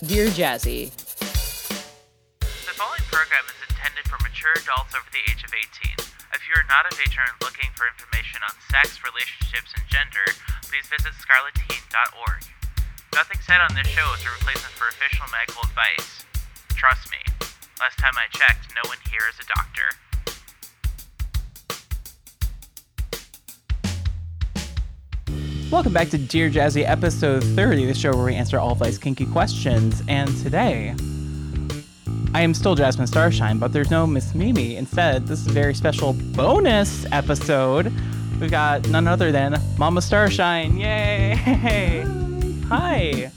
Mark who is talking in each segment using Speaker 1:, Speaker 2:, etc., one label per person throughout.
Speaker 1: Dear Jazzy,
Speaker 2: The following program is intended for mature adults over the age of 18. If you are not of age and are looking for information on sex, relationships, and gender, please visit scarletteen.org. Nothing said on this show is a replacement for official medical advice. Trust me. Last time I checked, no one here is a doctor.
Speaker 3: Welcome back to Dear Jazzy, episode 30, the show where we answer all of life's kinky questions. And today, I am still Jasmine Starshine, but there's no Miss Mimi. Instead, this is a very special bonus episode. We've got none other than Mama Starshine. Yay! Hi!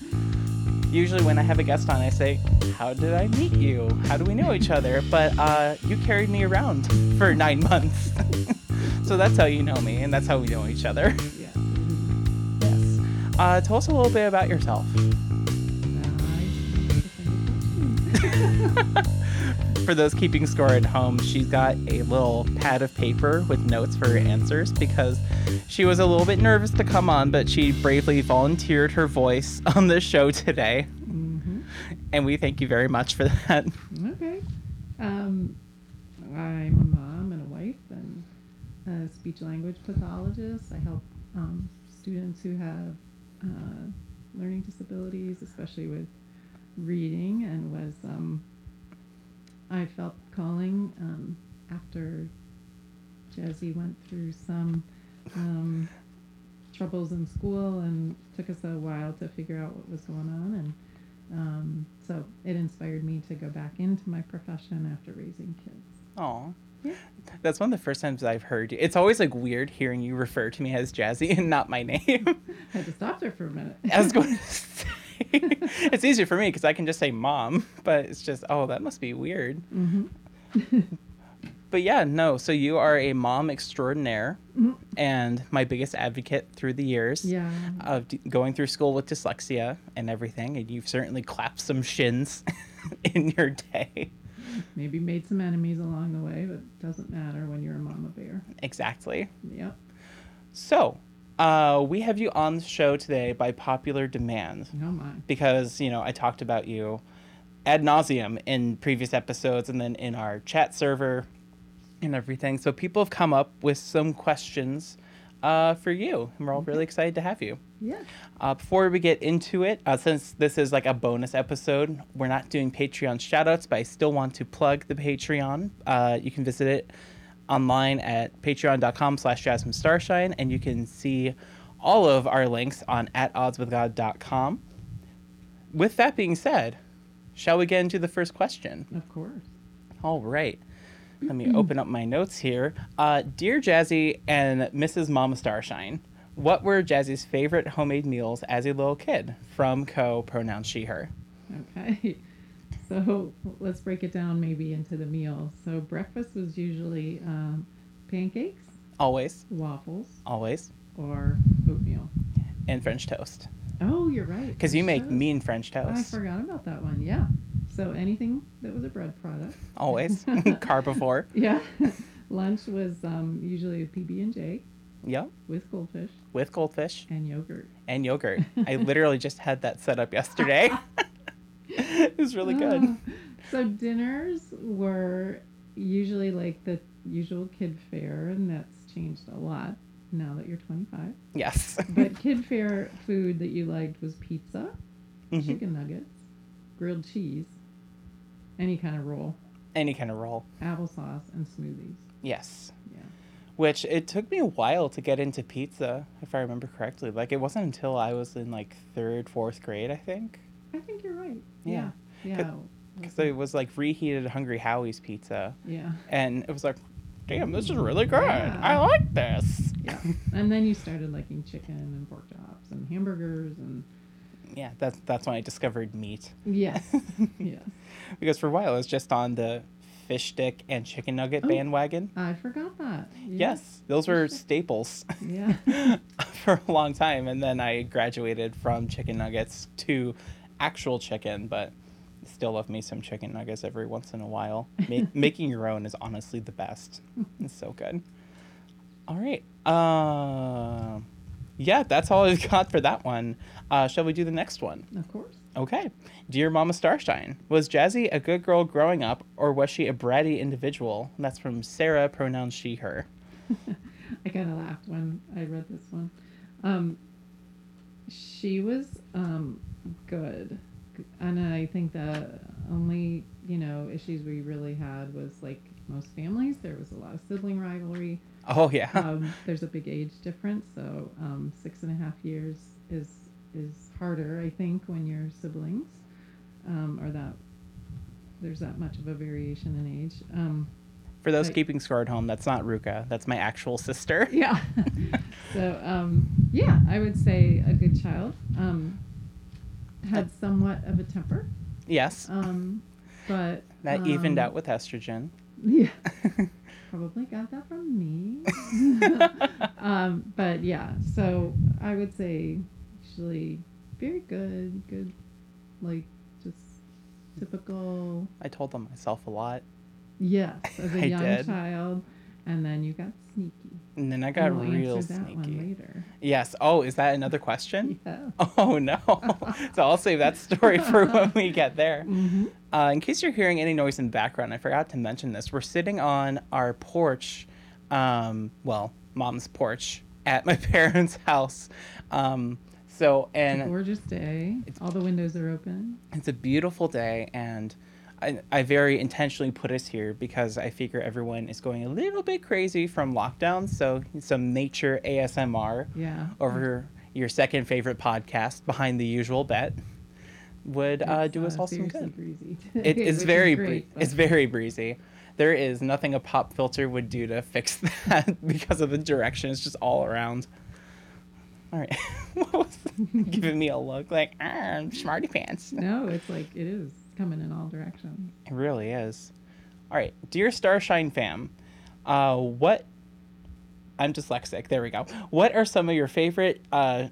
Speaker 3: Usually, when I have a guest on, I say, How did I meet you? How do we know each other? But uh, you carried me around for nine months. so that's how you know me, and that's how we know each other.
Speaker 4: Yeah. Uh,
Speaker 3: Yes. Uh, tell us a little bit about yourself. For those keeping score at home, she's got a little pad of paper with notes for her answers because she was a little bit nervous to come on, but she bravely volunteered her voice on the show today. And we thank you very much for that.
Speaker 4: Okay. Um, I'm a mom and a wife and a speech language pathologist. I help um, students who have uh, learning disabilities, especially with reading, and was um, I felt calling um, after Jazzy went through some um, troubles in school and took us a while to figure out what was going on and. Um, so it inspired me to go back into my profession after raising kids.
Speaker 3: Aw.
Speaker 4: Yeah.
Speaker 3: That's one of the first times I've heard you. It's always like weird hearing you refer to me as Jazzy and not my name.
Speaker 4: I had to stop there for a minute.
Speaker 3: I was going to say it's easier for me because I can just say mom, but it's just oh that must be weird.
Speaker 4: Mhm.
Speaker 3: But yeah, no. So you are a mom extraordinaire, and my biggest advocate through the years
Speaker 4: yeah.
Speaker 3: of d- going through school with dyslexia and everything. And you've certainly clapped some shins in your day.
Speaker 4: Maybe made some enemies along the way, but doesn't matter when you're a mama bear.
Speaker 3: Exactly.
Speaker 4: Yep.
Speaker 3: So uh, we have you on the show today by popular demand.
Speaker 4: No mind.
Speaker 3: because you know I talked about you ad nauseum in previous episodes and then in our chat server and everything. So people have come up with some questions uh, for you, and we're all really excited to have you.
Speaker 4: Yeah.
Speaker 3: Uh, before we get into it, uh, since this is like a bonus episode, we're not doing Patreon shoutouts, but I still want to plug the Patreon. Uh, you can visit it online at patreon.com slash jasmine starshine, and you can see all of our links on at oddswithgod.com. With that being said, shall we get into the first question?
Speaker 4: Of course.
Speaker 3: All right. Let me
Speaker 4: Mm-hmm.
Speaker 3: open up my notes here. Uh, Dear Jazzy and Mrs. Mama Starshine, what were Jazzy's favorite homemade meals as a little kid? From Co, pronoun she, her.
Speaker 4: Okay. So let's break it down maybe into the meal. So breakfast was usually um, pancakes,
Speaker 3: Always,
Speaker 4: waffles,
Speaker 3: always,
Speaker 4: or oatmeal.
Speaker 3: and French toast.
Speaker 4: Oh, you're right.
Speaker 3: Because you make
Speaker 4: Sure.
Speaker 3: mean French
Speaker 4: I
Speaker 3: toast.
Speaker 4: forgot about that one. Yeah. So anything that was a bread product.
Speaker 3: Always. Carbivore.
Speaker 4: Yeah. Lunch was um, usually PB and J
Speaker 3: Yep.
Speaker 4: with goldfish
Speaker 3: With goldfish
Speaker 4: and yogurt.
Speaker 3: and yogurt. I literally just had that set up yesterday. it was really good.
Speaker 4: Ah. so dinners were usually like the usual kid fare, and that's changed a lot now that you're 25.
Speaker 3: Yes.
Speaker 4: But kid fare food that you liked was pizza,
Speaker 3: Mhm.
Speaker 4: chicken nuggets, grilled cheese, any kind of roll,
Speaker 3: Any kind of roll.
Speaker 4: applesauce, and smoothies.
Speaker 3: Yes.
Speaker 4: Yeah.
Speaker 3: which it took me a while to get into pizza if i remember correctly like it wasn't until i was in like third fourth grade i think
Speaker 4: I think you're right.
Speaker 3: Yeah.
Speaker 4: Yeah. Yeah.
Speaker 3: because
Speaker 4: Mm-hmm.
Speaker 3: it was like reheated hungry howie's pizza
Speaker 4: yeah.
Speaker 3: and it was like damn this is really good
Speaker 4: Yeah.
Speaker 3: i like this
Speaker 4: Yeah. And then you started liking chicken and pork chops and hamburgers and
Speaker 3: yeah that's that's when i discovered meat
Speaker 4: yes, yes.
Speaker 3: because for a while i was just on the fish stick and chicken nugget
Speaker 4: Oh.
Speaker 3: bandwagon
Speaker 4: I forgot that.
Speaker 3: yes those were staples
Speaker 4: Yeah.
Speaker 3: for a long time and then i graduated from chicken nuggets to actual chicken but still love me some chicken nuggets every once in a while Ma- making your own is honestly the best it's so good all right um yeah that's all i've got for that one uh, shall we do the next one
Speaker 4: Of course.
Speaker 3: Okay. Dear Mama Starshine, was Jazzy a good girl growing up, or was she a bratty individual? And that's from Sarah, pronoun she, her.
Speaker 4: I kind of laughed when I read this one. Um, she was um, good, and I think the only you know issues we really had was like most families, there was a lot of sibling rivalry.
Speaker 3: Oh, yeah.
Speaker 4: Um, there's a big age difference, so um, six and a half years is is harder, I think, when you're siblings, um, or that there's that much of a variation in age. Um,
Speaker 3: For those
Speaker 4: I-
Speaker 3: keeping score at home, that's not Ruka. That's my actual sister.
Speaker 4: yeah. so um, yeah, I would say a good child. Um, had somewhat of a temper,
Speaker 3: Yes.
Speaker 4: um, but
Speaker 3: That evened
Speaker 4: um,
Speaker 3: out with estrogen.
Speaker 4: Yeah, probably got that from me. um, but yeah, so I would say actually very good, good, like just typical.
Speaker 3: I told on myself a lot.
Speaker 4: Yes, as
Speaker 3: I
Speaker 4: a young
Speaker 3: did.
Speaker 4: child, and then you got sneaky.
Speaker 3: And then I got
Speaker 4: we'll
Speaker 3: real
Speaker 4: answer that one
Speaker 3: sneaky.
Speaker 4: later.
Speaker 3: Yes. Oh, is that another question?
Speaker 4: Yeah.
Speaker 3: Oh, no. so I'll save that story for when we get there.
Speaker 4: Mhm.
Speaker 3: Uh, in case you're hearing any noise in the background, I forgot to mention this. We're sitting on our porch, um, well, mom's porch at my parents' house. Um, so, and
Speaker 4: Gorgeous day. All the windows are open.
Speaker 3: it's a beautiful day, and I, I very intentionally put us here because I figure everyone is going a little bit crazy from lockdown. So, some nature ASMR
Speaker 4: Yeah.
Speaker 3: over your second favorite podcast, Behind the Usual Bet, would uh,
Speaker 4: It's,
Speaker 3: do us all some
Speaker 4: seriously
Speaker 3: good.
Speaker 4: breezy
Speaker 3: It
Speaker 4: today,
Speaker 3: is
Speaker 4: which
Speaker 3: very
Speaker 4: great,
Speaker 3: bree- it's
Speaker 4: but-
Speaker 3: very breezy. There is nothing a pop filter would do to fix that because of the direction. It's just all around. All right, what was giving me a look like ah, smarty pants?
Speaker 4: no. It's like it is coming in all directions.
Speaker 3: It really is. All right, dear Starshine fam, uh, what? I'm dyslexic. There we go. What are some of your favorite? Uh,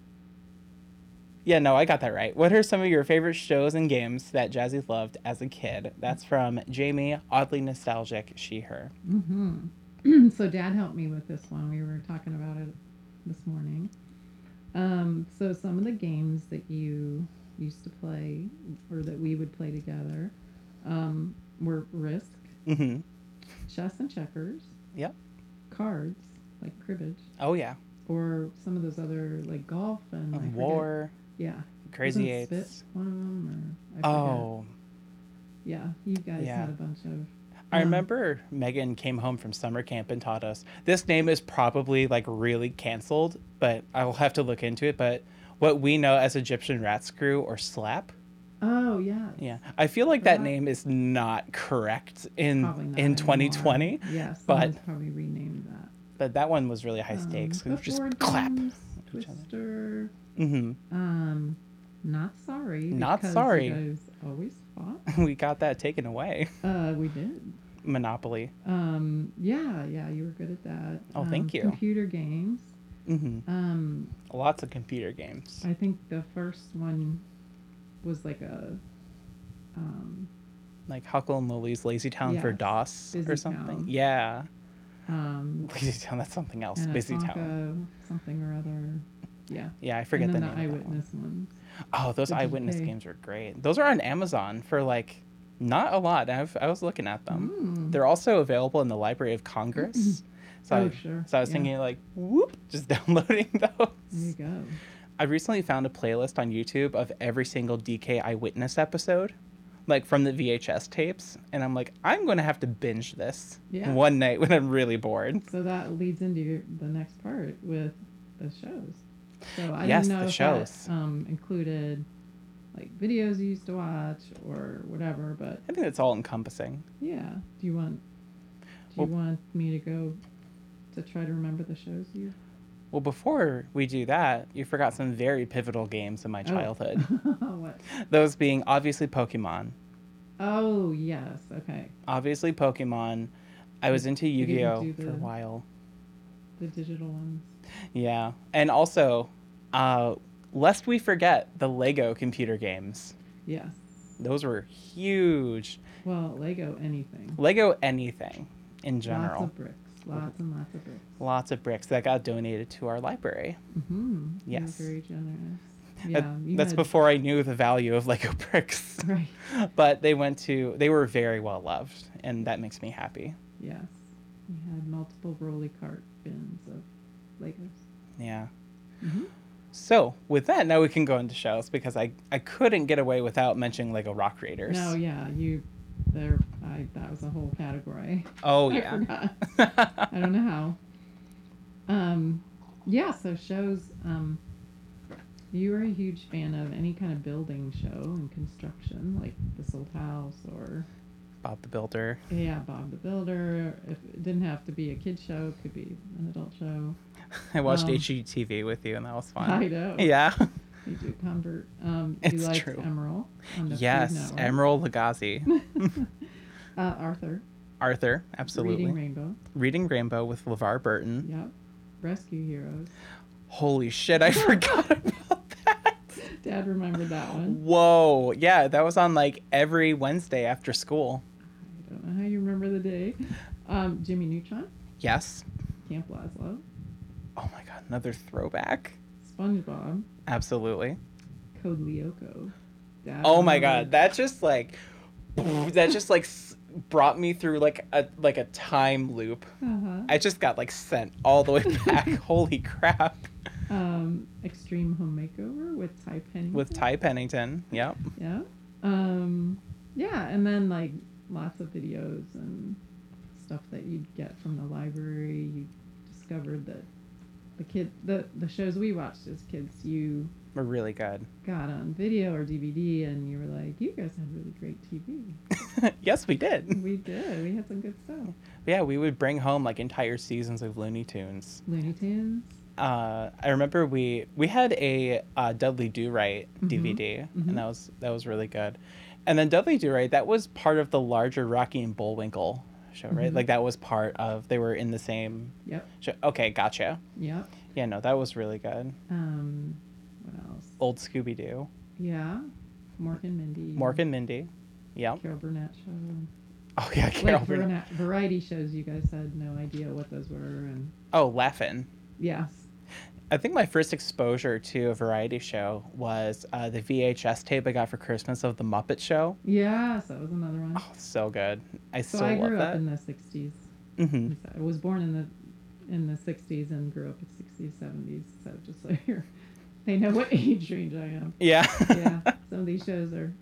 Speaker 3: yeah, no, I got that right. What are some of your favorite shows and games that Jazzy loved as a kid? That's from Jamie, oddly nostalgic. She her.
Speaker 4: hmm so dad helped me with this one. We were talking about it this morning. Um, so some of the games that you used to play, or that we would play together, um, were Risk,
Speaker 3: Mm-hmm.
Speaker 4: chess and checkers,
Speaker 3: Yep.
Speaker 4: cards like cribbage,
Speaker 3: Oh yeah.
Speaker 4: or some of those other like golf and I forget-
Speaker 3: War,
Speaker 4: Yeah.
Speaker 3: Crazy
Speaker 4: Wasn't Spit
Speaker 3: Eights.
Speaker 4: One of them, or I forget.
Speaker 3: Oh,
Speaker 4: Yeah, you guys
Speaker 3: Yeah.
Speaker 4: had a bunch of.
Speaker 3: I
Speaker 4: Um,
Speaker 3: remember Megan came home from summer camp and taught us. This name is probably like really canceled, but I'll have to look into it. But what we know as Egyptian rat screw or slap,
Speaker 4: Oh yeah.
Speaker 3: yeah, I feel like that
Speaker 4: Slap.
Speaker 3: name is not correct in
Speaker 4: Uh-huh. Probably not
Speaker 3: in
Speaker 4: anymore.
Speaker 3: 2020.
Speaker 4: Yeah,
Speaker 3: but-
Speaker 4: someone's probably renamed that.
Speaker 3: But that one was really high stakes.
Speaker 4: Um,
Speaker 3: It was just
Speaker 4: clipboard
Speaker 3: clap.
Speaker 4: games,
Speaker 3: each other.
Speaker 4: Twister.
Speaker 3: hmm
Speaker 4: Um, not sorry.
Speaker 3: Not
Speaker 4: because
Speaker 3: sorry.
Speaker 4: You guys always fought.
Speaker 3: we got that taken away.
Speaker 4: Uh, we did.
Speaker 3: Monopoly.
Speaker 4: Um, yeah, yeah, you were good at that.
Speaker 3: Oh,
Speaker 4: Um,
Speaker 3: thank you.
Speaker 4: Computer games.
Speaker 3: hmm
Speaker 4: Um,
Speaker 3: Lots of computer games.
Speaker 4: I think the first one was like a um,
Speaker 3: Like Huckle and Lily's Lazy Town for
Speaker 4: Yes.
Speaker 3: DOS or
Speaker 4: Busy
Speaker 3: something.
Speaker 4: Town.
Speaker 3: Yeah.
Speaker 4: um,
Speaker 3: Lazy Town, that's something else.
Speaker 4: and a
Speaker 3: Busy Town.
Speaker 4: Tonka something or other. Yeah.
Speaker 3: Yeah, I forget
Speaker 4: and
Speaker 3: the
Speaker 4: then
Speaker 3: name. of
Speaker 4: the
Speaker 3: that one.
Speaker 4: eyewitness one.
Speaker 3: Oh, those
Speaker 4: Which is
Speaker 3: eyewitness
Speaker 4: big.
Speaker 3: games are great. Those are on Amazon for like not a lot. I've, I was looking at them.
Speaker 4: Mm.
Speaker 3: They're also available in the Library of Congress. So,
Speaker 4: Oh,
Speaker 3: I,
Speaker 4: sure.
Speaker 3: so I was
Speaker 4: Yeah.
Speaker 3: thinking like, whoop, just downloading
Speaker 4: There you
Speaker 3: those.
Speaker 4: go.
Speaker 3: I recently found a playlist on YouTube of every single DK eyewitness episode, like from the VHS tapes, and I'm like, I'm going to have to binge this
Speaker 4: Yeah.
Speaker 3: one night when I'm really bored.
Speaker 4: So that leads into your, the next part with the shows. So I
Speaker 3: Yes,
Speaker 4: didn't know
Speaker 3: the
Speaker 4: if
Speaker 3: shows.
Speaker 4: that um, included like videos you used to watch or whatever. But
Speaker 3: I think it's all encompassing.
Speaker 4: yeah, do you want do you
Speaker 3: Well-
Speaker 4: want me to go to try to remember the shows you?
Speaker 3: Well, before we do that, you forgot some very pivotal games in my
Speaker 4: Oh.
Speaker 3: childhood. Uh,
Speaker 4: what?
Speaker 3: Those being obviously Pokemon.
Speaker 4: Oh yes. Okay.
Speaker 3: Obviously Pokemon. I was into Yu
Speaker 4: You didn't
Speaker 3: Gi Oh
Speaker 4: do
Speaker 3: for a
Speaker 4: the-
Speaker 3: while.
Speaker 4: The digital ones.
Speaker 3: Yeah. And also, uh, lest we forget the Lego computer games.
Speaker 4: Yes.
Speaker 3: Those were huge.
Speaker 4: Well, Lego anything.
Speaker 3: Lego anything in general.
Speaker 4: Lots of bricks. Lots and lots of
Speaker 3: bricks
Speaker 4: bricks.
Speaker 3: that got donated to our library.
Speaker 4: Mm-hmm.
Speaker 3: Yes.
Speaker 4: Very generous. Yeah,
Speaker 3: That-
Speaker 4: you
Speaker 3: that's
Speaker 4: had-
Speaker 3: before I knew the value of Lego bricks.
Speaker 4: Right.
Speaker 3: But they went to they were very well loved, and that makes me happy.
Speaker 4: Yes. We had multiple rolly cart bins of Legos.
Speaker 3: Yeah.
Speaker 4: Mhm.
Speaker 3: So with that, now we can go into shows because I I couldn't get away without mentioning Lego Rock Raiders.
Speaker 4: No, yeah, you there. I that was a whole category.
Speaker 3: Oh
Speaker 4: I
Speaker 3: yeah.
Speaker 4: forgot. I don't know how. Um, yeah, so shows. Um, you were a huge fan of any kind of building show and construction, like this old house or
Speaker 3: Bob the Builder.
Speaker 4: yeah, Bob the Builder. If it didn't have to be a kid show, it could be an adult show.
Speaker 3: I watched
Speaker 4: Um,
Speaker 3: HGTV with you, and that was fun.
Speaker 4: I know.
Speaker 3: Yeah.
Speaker 4: You do convert. Um,
Speaker 3: It's
Speaker 4: you liked
Speaker 3: true.
Speaker 4: Emerald. On the Food
Speaker 3: yes,
Speaker 4: Network.
Speaker 3: Emerald Lagasse.
Speaker 4: Uh, Arthur.
Speaker 3: Arthur, absolutely.
Speaker 4: Reading
Speaker 3: Reading,
Speaker 4: Rainbow.
Speaker 3: Rainbow with LeVar Burton.
Speaker 4: Yep. Rescue Heroes.
Speaker 3: Holy shit, I forgot about that.
Speaker 4: Dad remembered that one.
Speaker 3: Whoa. Yeah, that was on like every Wednesday after school. Oh.
Speaker 4: I don't know how you remember the day. Um, Jimmy Neutron.
Speaker 3: Yes.
Speaker 4: Camp Lazlo.
Speaker 3: Oh my god, another throwback.
Speaker 4: SpongeBob.
Speaker 3: Absolutely.
Speaker 4: Code Lyoko. Dad
Speaker 3: Oh my god,
Speaker 4: remembered-
Speaker 3: that just like that just like s- brought me through like a like a time loop.
Speaker 4: Uh-huh.
Speaker 3: I just got like sent all the way back. Holy crap.
Speaker 4: Um, Extreme Home Makeover with Ty Penny.
Speaker 3: With Ty Pennington. Yep.
Speaker 4: Yeah. Um, yeah, and then like lots of videos and stuff that you'd get from the library. You discovered that the kid the the shows we watched as kids you
Speaker 3: We're really good.
Speaker 4: got on video or DVD and you were like, you guys had really great TV.
Speaker 3: yes, we did.
Speaker 4: we did. We had some good stuff.
Speaker 3: Yeah, we would bring home like entire seasons of Looney Tunes.
Speaker 4: Looney Tunes.
Speaker 3: Uh, I remember we we had a uh, Dudley Do Right DVD,
Speaker 4: mhm.
Speaker 3: and that was that was really good. And then Dudley Do Right, that was part of the larger Rocky and Bullwinkle show, right?
Speaker 4: Mhm.
Speaker 3: Like that was part of they were in the same
Speaker 4: Yep.
Speaker 3: show. Okay, gotcha.
Speaker 4: Yep.
Speaker 3: Yeah, no, that was really good.
Speaker 4: Um, what else?
Speaker 3: Old Scooby Doo,
Speaker 4: Yeah. Mork and Mindy.
Speaker 3: Mork and Mindy. Yep.
Speaker 4: Carol Burnett show.
Speaker 3: Oh yeah, Carol.
Speaker 4: like
Speaker 3: Burnett.
Speaker 4: vari- variety shows you guys had no idea what those were and
Speaker 3: Oh, Laughing.
Speaker 4: yes
Speaker 3: I think my first exposure to a variety show was uh, the VHS tape I got for Christmas of The Muppet Show.
Speaker 4: yes that was another one
Speaker 3: Oh, so good. I
Speaker 4: so
Speaker 3: still
Speaker 4: i
Speaker 3: love
Speaker 4: grew up
Speaker 3: that.
Speaker 4: in the 60s
Speaker 3: hmm
Speaker 4: i was born in the in the 60s and grew up in 60s 70s so just so you're they know what age range i am
Speaker 3: Yeah.
Speaker 4: yeah some of these shows are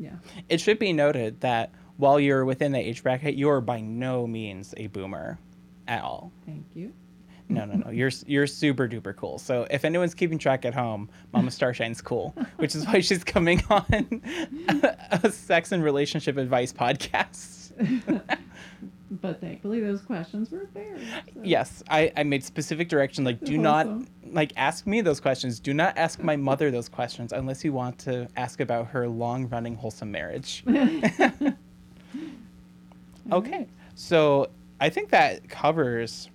Speaker 4: yeah
Speaker 3: it should be noted that while you're within the age bracket, you're by no means a boomer at all.
Speaker 4: thank you
Speaker 3: No, no, no. You're s- you're super duper cool. So if anyone's keeping track at home, Mama Starshine's cool, which is why she's coming on a, a sex and relationship advice podcast.
Speaker 4: but thankfully those questions were there so-
Speaker 3: Yes, I, I made specific direction like do not
Speaker 4: Awesome.
Speaker 3: like ask me those questions. Do not ask my mother those questions unless you want to ask about her long running wholesome marriage. okay. So I think that covers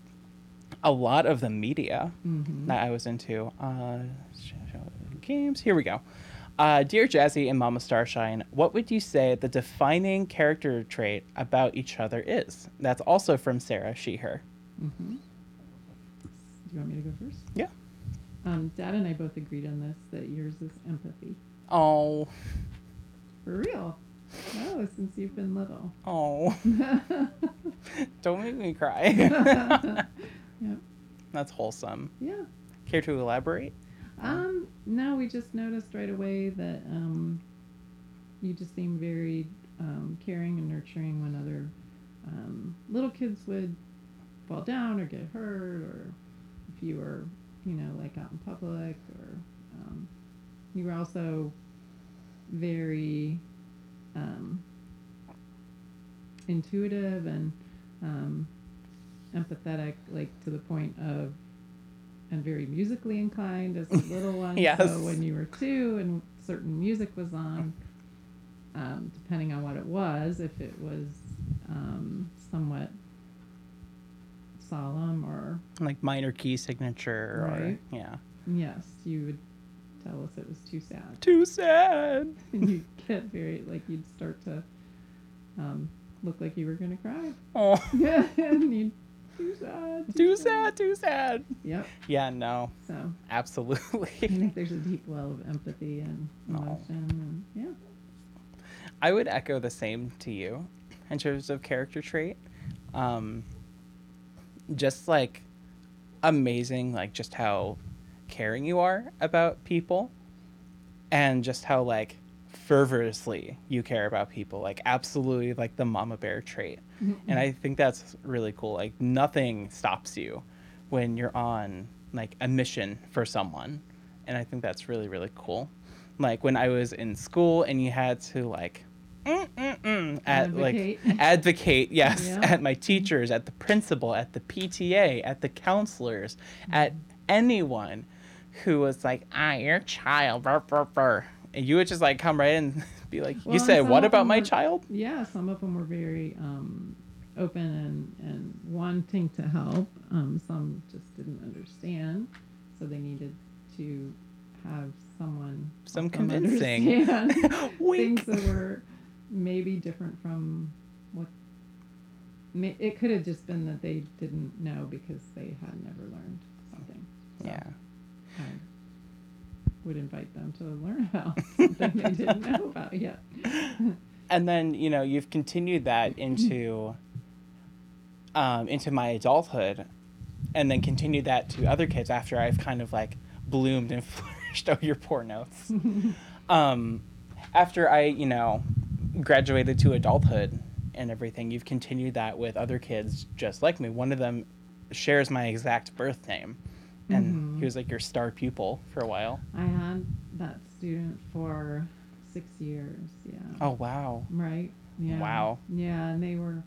Speaker 3: a lot of the media that I was into. Uh, sh- sh- games. Here we go. Uh, Dear Jazzy and Mama Starshine, what would you say the defining character trait about each other is? That's also from Sarah, she, her.
Speaker 4: do Mm-hmm. you want me to go first
Speaker 3: Yeah.
Speaker 4: um, dad and i both agreed on this that yours is empathy
Speaker 3: Oh,
Speaker 4: for real no since you've been little
Speaker 3: oh, don't make me cry.
Speaker 4: yeah.
Speaker 3: That's wholesome.
Speaker 4: yeah.
Speaker 3: Care to elaborate?
Speaker 4: Um, no, we just noticed right away that um, you just seem very um, caring and nurturing when other um, little kids would fall down or get hurt, or if you were, you know, like out in public, or um, you were also very um, intuitive and um, empathetic, like to the point of, and very musically inclined as a little one.
Speaker 3: Yes.
Speaker 4: So when you were two and certain music was on, um, depending on what it was, if it was um, somewhat solemn or
Speaker 3: Like minor key signature
Speaker 4: Right.
Speaker 3: or, yeah.
Speaker 4: yes, you would tell us it was too sad.
Speaker 3: Too sad.
Speaker 4: and you get very like you'd start to um, look like you were gonna cry.
Speaker 3: Oh,
Speaker 4: Yeah, and you'd Too sad.
Speaker 3: Too sad, too sad.
Speaker 4: Yep.
Speaker 3: Yeah, no,
Speaker 4: So I
Speaker 3: absolutely.
Speaker 4: think there's a deep well of empathy and
Speaker 3: No.
Speaker 4: emotion. And, yeah.
Speaker 3: I would echo the same to you in terms of character trait. Um, just like amazing, like just how caring you are about people and just how like fervorously you care about people. Like, absolutely, like the mama bear trait. And I think that's really cool. Like, nothing stops you when you're on like a mission for someone. And I think that's really, really cool. Like, when I was in school and you had to like, mm, mm, mm, at
Speaker 4: Advocate.
Speaker 3: like advocate yes
Speaker 4: Yeah.
Speaker 3: at my teachers at the principal at the pta at the counselors at anyone who was like ah your child brr, brr, brr. and you would just like come right in and be like
Speaker 4: Well,
Speaker 3: you
Speaker 4: and
Speaker 3: said
Speaker 4: some
Speaker 3: what
Speaker 4: of
Speaker 3: about
Speaker 4: them
Speaker 3: my
Speaker 4: were-
Speaker 3: child
Speaker 4: Yeah, some of them were very um, open and, and wanting to help. Um, some just didn't understand, so they needed to have someone
Speaker 3: Some
Speaker 4: help them
Speaker 3: convincing.
Speaker 4: understand
Speaker 3: Wink.
Speaker 4: things that were maybe different from what. ma- It could have just been that they didn't know because they had never learned something. So
Speaker 3: yeah
Speaker 4: I would invite them to learn about something they didn't know about yet.
Speaker 3: and then you know you've continued that into um, into my adulthood and then continued that to other kids after i've kind of like bloomed and flourished oh your poor notes um, after i you know graduated to adulthood and everything you've continued that with other kids just like me one of them shares my exact birth name and he was like your star pupil for a while
Speaker 4: I had that student for six years. Yeah.
Speaker 3: oh wow
Speaker 4: Right. Yeah.
Speaker 3: Wow.
Speaker 4: Yeah, and they were.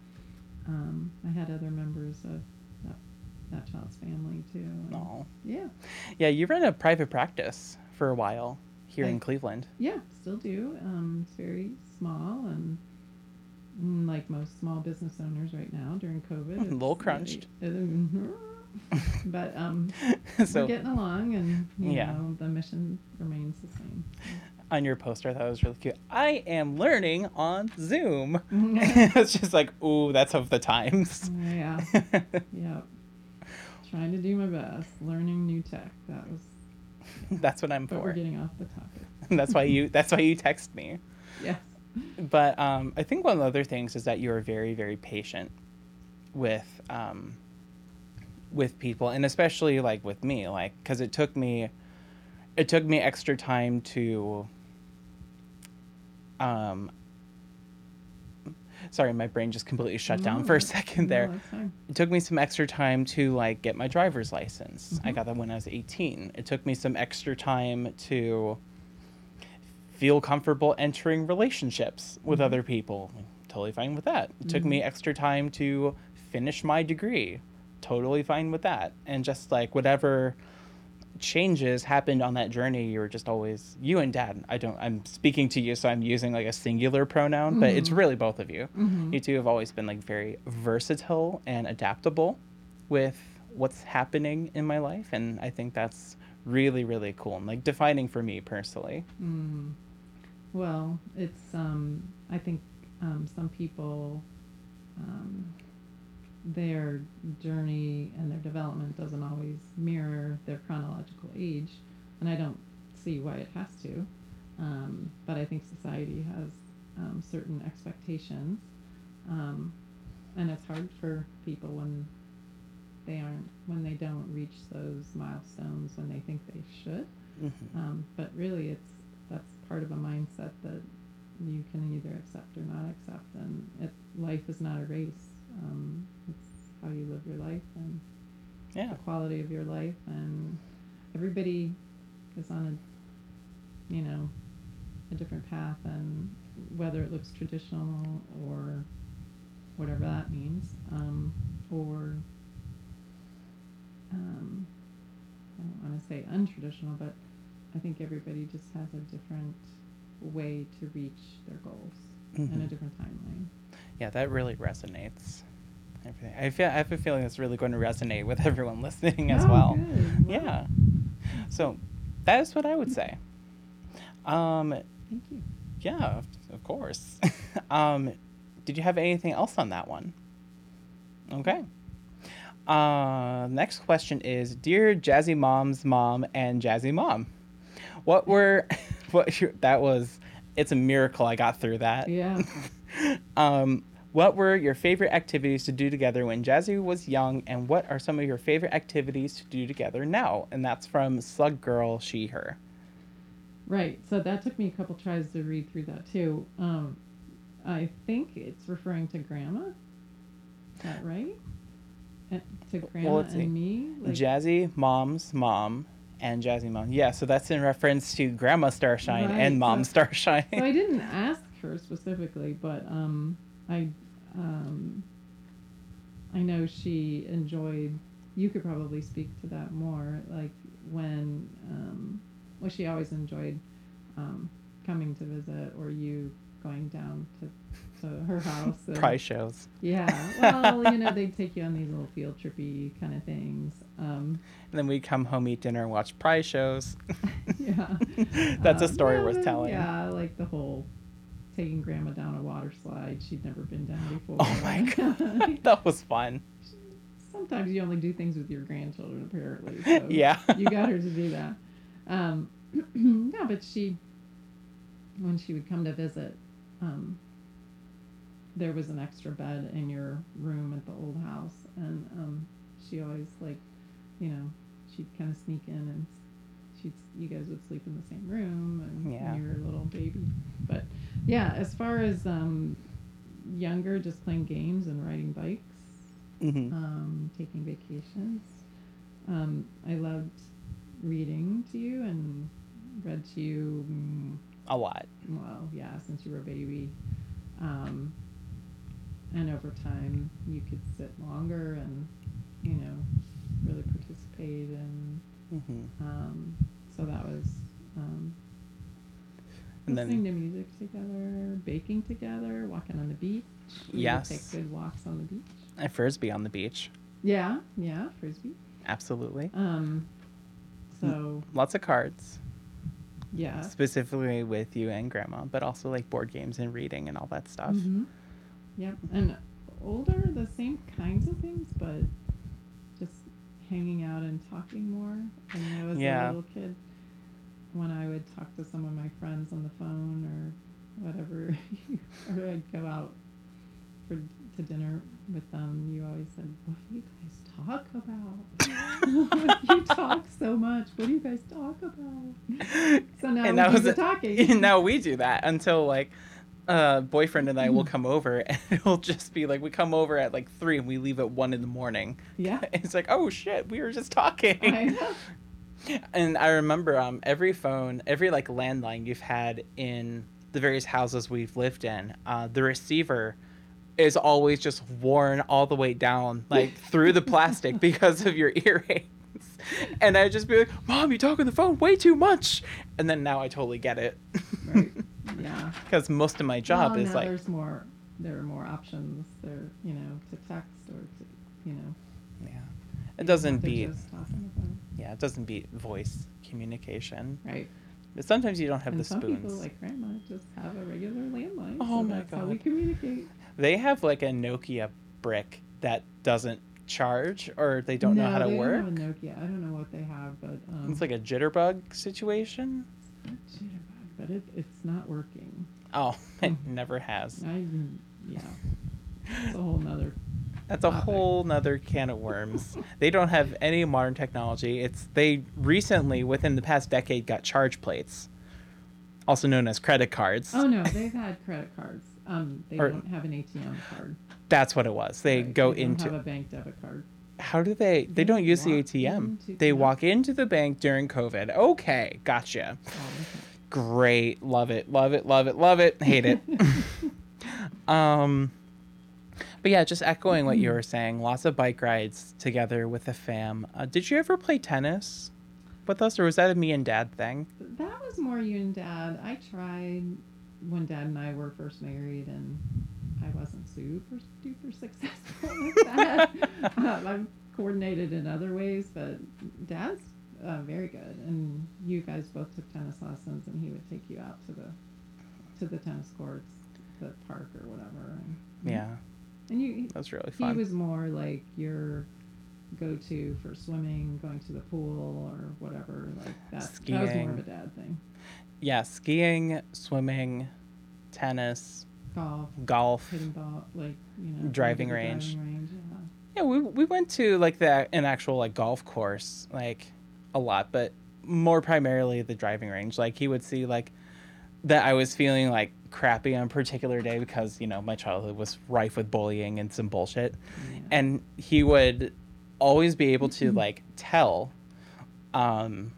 Speaker 4: Um, I had other members of that, that child's family too. and-
Speaker 3: no
Speaker 4: Yeah.
Speaker 3: yeah you ran a private practice for a while here in
Speaker 4: I-
Speaker 3: cleveland
Speaker 4: Yeah. Still do. Um, it's very small and. mm, Like most small business owners right now during COVID,
Speaker 3: A little
Speaker 4: it's
Speaker 3: crunched.
Speaker 4: really- uh, mm-hmm. but um,
Speaker 3: so
Speaker 4: we're getting along, and you
Speaker 3: Yeah.
Speaker 4: know the mission remains the same.
Speaker 3: on your poster, I thought it was really cute. I am learning on Zoom.
Speaker 4: yeah,
Speaker 3: it's just like, ooh, that's of the times.
Speaker 4: yep. Trying to do my best, learning new tech. That was,
Speaker 3: that's what I'm
Speaker 4: but we're
Speaker 3: for.
Speaker 4: getting off the topic.
Speaker 3: that's why you. That's why you text me.
Speaker 4: Yes.
Speaker 3: But um, I think one of the other things is that you are very, very patient with um, with people, and especially like with me, like because it took me it took me extra time to um sorry my brain just completely shut down for
Speaker 4: No,
Speaker 3: a second there
Speaker 4: No, that's fine.
Speaker 3: it took me some extra time to like get my driver's license. I got that when I was 18. It took me some extra time to feel comfortable entering relationships with other people. Totally fine with that. It took me extra time to finish my degree. Totally fine with that. And just like whatever changes happened on that journey, you were just always you and dad. I don't I'm speaking to you so I'm using like a singular pronoun, but it's really both of you. You two have always been like very versatile and adaptable with what's happening in my life and I think that's really really cool and like defining for me personally.
Speaker 4: Well, it's um, I think um, some people, um, their journey and their development doesn't always mirror their chronological age, and I don't see why it has to. Um, but I think society has um, certain expectations, um, and it's hard for people when they aren't when they don't reach those milestones when they think they should. Um, but really, it's that's part of a mindset that you can either accept or not accept, and it, life is not a race. Um, it's how you live your life and
Speaker 3: Yeah.
Speaker 4: the quality of your life, and everybody is on a you know a different path, and whether it looks traditional or whatever that means, um, or um, I don't want to say untraditional, but I think everybody just has a different way to reach their goals and a different timeline.
Speaker 3: Yeah, that really resonates. Everything. I feel I have a feeling that's really going to resonate with everyone listening as
Speaker 4: Oh,
Speaker 3: well.
Speaker 4: good. Wow.
Speaker 3: Yeah. So that is what I would say. Um,
Speaker 4: Thank you.
Speaker 3: yeah, of course. um, did you have anything else on that one? Okay. Uh, next question is Dear Jazzy Mom's mom and Jazzy Mom, what were, what, your- that was, it's a miracle I got through that.
Speaker 4: Yeah.
Speaker 3: Um, what were your favorite activities to do together when Jazzy was young, and what are some of your favorite activities to do together now? And that's from Slug Girl She Her.
Speaker 4: Right. So that took me a couple tries to read through that too. Um, I think it's referring to grandma. Is that right? Uh, to grandma
Speaker 3: let's see.
Speaker 4: and me. Like,
Speaker 3: Jazzy Mom's mom and Jazzy Mom. Yeah, so that's in reference to Grandma Starshine
Speaker 4: Right,
Speaker 3: and Mom
Speaker 4: so-
Speaker 3: Starshine.
Speaker 4: so I didn't ask her specifically, but um, I um, I know she enjoyed. You could probably speak to that more. Like when um, well, she always enjoyed um, coming to visit, or you going down to to her house. and-
Speaker 3: Prize shows.
Speaker 4: Yeah. Well, you know, they take you on these little field trippy kind of things. Um,
Speaker 3: And then we come home, eat dinner, and watch prize shows.
Speaker 4: yeah.
Speaker 3: That's a
Speaker 4: Um,
Speaker 3: story
Speaker 4: yeah,
Speaker 3: worth
Speaker 4: but-
Speaker 3: telling.
Speaker 4: Yeah, like the whole taking grandma down a water slide she'd never been down before.
Speaker 3: Oh my god, that was fun.
Speaker 4: Sometimes you only do things with your grandchildren, apparently. So
Speaker 3: Yeah.
Speaker 4: you got her to do that. Um, no, but she, when she would come to visit, um, there was an extra bed in your room at the old house, and um, she always like, you know, she'd kind of sneak in and she'd you guys would sleep in the same room and when
Speaker 3: Yeah.
Speaker 4: you were a little baby. But yeah, as far as um, younger, just playing games and riding bikes
Speaker 3: hmm
Speaker 4: um, taking vacations. Um, I loved reading to you and read to you, mm,
Speaker 3: A lot.
Speaker 4: well, yeah, since you were a baby. Um, and over time, you could sit longer and, you know, really participate. And
Speaker 3: hmm
Speaker 4: um, so that was um,
Speaker 3: And
Speaker 4: listening
Speaker 3: then,
Speaker 4: to music together, baking together, walking on the beach. We would
Speaker 3: Yes.
Speaker 4: Take good walks on the beach.
Speaker 3: a Frisbee on the beach.
Speaker 4: Yeah, yeah, frisbee.
Speaker 3: Absolutely.
Speaker 4: Um, so
Speaker 3: Lots of cards,
Speaker 4: yeah.
Speaker 3: specifically with you and Grandma, but also like board games and reading and all that stuff.
Speaker 4: Mhm. Yep. And older, the same kinds of things, but just hanging out and talking more. And when I was
Speaker 3: Yeah.
Speaker 4: a little kid, when I would talk to some of my friends on the phone or whatever, or I'd go out for to dinner with them, you always said, "What do you guys talk about? you talk so much. What do you guys talk about?" So now
Speaker 3: And
Speaker 4: we
Speaker 3: that
Speaker 4: do
Speaker 3: was
Speaker 4: the
Speaker 3: it.
Speaker 4: talking.
Speaker 3: now we do that until like uh boyfriend and I
Speaker 4: Mm-hmm.
Speaker 3: will come over and it'll just be like we come over at like three and we leave at one in the morning.
Speaker 4: Yeah.
Speaker 3: It's like, oh shit, we were just talking.
Speaker 4: I know.
Speaker 3: And I remember um every phone, every like landline you've had in the various houses we've lived in, uh, the receiver is always just worn all the way down, like through the plastic because of your earrings. And I'd just be like, Mom, you talk on the phone way too much. And then now I totally get it.
Speaker 4: Right. Yeah.
Speaker 3: because most of my job
Speaker 4: Well,
Speaker 3: is
Speaker 4: now
Speaker 3: like
Speaker 4: there's more. There are more options. There, you know, to text or to, you know.
Speaker 3: yeah
Speaker 4: you
Speaker 3: it doesn't
Speaker 4: have to
Speaker 3: beat
Speaker 4: just talk on the phone.
Speaker 3: yeah it doesn't beat voice communication
Speaker 4: Right.
Speaker 3: but sometimes you don't have
Speaker 4: and
Speaker 3: the
Speaker 4: some
Speaker 3: spoons
Speaker 4: people like grandma just have a regular landline.
Speaker 3: Oh
Speaker 4: so
Speaker 3: my
Speaker 4: that's How we
Speaker 3: God.
Speaker 4: communicate.
Speaker 3: they have like a nokia brick that doesn't charge or they don't know
Speaker 4: No,
Speaker 3: how to
Speaker 4: they
Speaker 3: work
Speaker 4: Don't have a Nokia. I don't know what they have, but um,
Speaker 3: it's like a jitterbug situation
Speaker 4: a jitterbug, but it, it's not working.
Speaker 3: oh it
Speaker 4: Mhm.
Speaker 3: never has
Speaker 4: I yeah. It's a whole nother.
Speaker 3: that's a
Speaker 4: Topic.
Speaker 3: whole nother can of worms they don't have any modern technology it's they recently within the past decade got charge plates also known as credit cards
Speaker 4: Oh no, they've had credit cards. Um, they
Speaker 3: Or-
Speaker 4: don't have an ATM card.
Speaker 3: that's what it was they
Speaker 4: right?
Speaker 3: go
Speaker 4: they don't
Speaker 3: into
Speaker 4: have a bank debit card.
Speaker 3: How do they? They
Speaker 4: They
Speaker 3: don't use the
Speaker 4: walk
Speaker 3: ATM.
Speaker 4: into-
Speaker 3: They
Speaker 4: no.
Speaker 3: walk into the bank during COVID. Okay, gotcha.
Speaker 4: Oh, okay.
Speaker 3: Great, love it, love it, love it, love it. Hate it. um, but yeah, just echoing what you were saying. Lots of bike rides together with the fam. Uh, did you ever play tennis with us, or was that a me and dad thing?
Speaker 4: That was more you and dad. I tried when dad and I were first married, and I wasn't super duper successful with that. um, I'm coordinated in other ways, but dad's uh, very good, and you guys both took tennis lessons, and he would take you out to the to the tennis courts, the park or whatever, and
Speaker 3: Yeah,
Speaker 4: and you
Speaker 3: that was really
Speaker 4: he
Speaker 3: fun.
Speaker 4: was more like your go to for swimming, going to the pool, or whatever. Like that, that was more
Speaker 3: Skiing.
Speaker 4: of a dad thing.
Speaker 3: Yeah, skiing, swimming, tennis,
Speaker 4: Golf,
Speaker 3: golf.
Speaker 4: hitting ball, like you know,
Speaker 3: Driving
Speaker 4: the
Speaker 3: range.
Speaker 4: Driving range,
Speaker 3: Yeah,
Speaker 4: yeah.
Speaker 3: we we went to like the an actual like golf course like a lot, but more primarily the driving range. Like he would see like that I was feeling like crappy on a particular day because you know my childhood was rife with bullying and some bullshit, and he would always be able to like tell, um,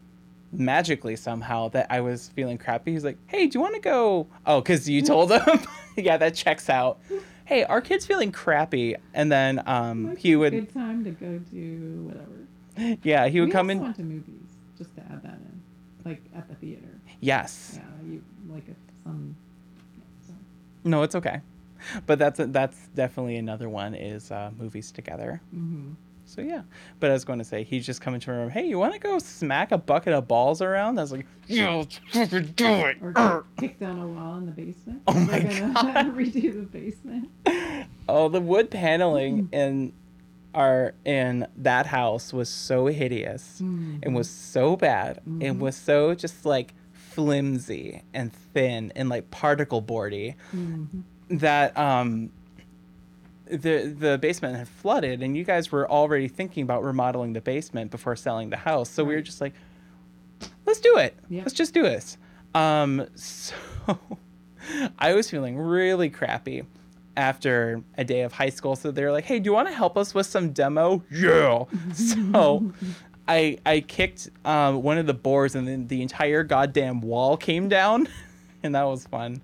Speaker 3: magically somehow that I was feeling crappy. He's like, "Hey, do you want to go?" Oh, because you told him. yeah, that checks out. Hey, our kid's feeling crappy, and then um, he would
Speaker 4: Good time to go to whatever.
Speaker 3: yeah he would
Speaker 4: we
Speaker 3: come
Speaker 4: also
Speaker 3: in
Speaker 4: went to movies just to add that in, like at the theater.
Speaker 3: yes
Speaker 4: Yeah, you like if some. yeah, so-
Speaker 3: no it's okay but that's that's definitely another one is uh, movies together
Speaker 4: Mhm.
Speaker 3: so yeah but i was going to say he's just coming to my room hey you want to go smack a bucket of balls around i was like yeah let's fucking do it
Speaker 4: Or kick- kick down a wall in the basement.
Speaker 3: Oh my
Speaker 4: They're gonna
Speaker 3: God.
Speaker 4: redo the basement.
Speaker 3: oh the wood paneling in our in that house was so hideous and was so bad and was so just like flimsy and thin and like particle boardy that um the the basement had flooded and you guys were already thinking about remodeling the basement before selling the house so we were
Speaker 4: Right.
Speaker 3: just like let's do it
Speaker 4: Yeah.
Speaker 3: let's just do this um so i was feeling really crappy after a day of high school so they're like hey do you want to help us with some demo yeah so i i kicked um, one of the boards and then the entire goddamn wall came down and that was fun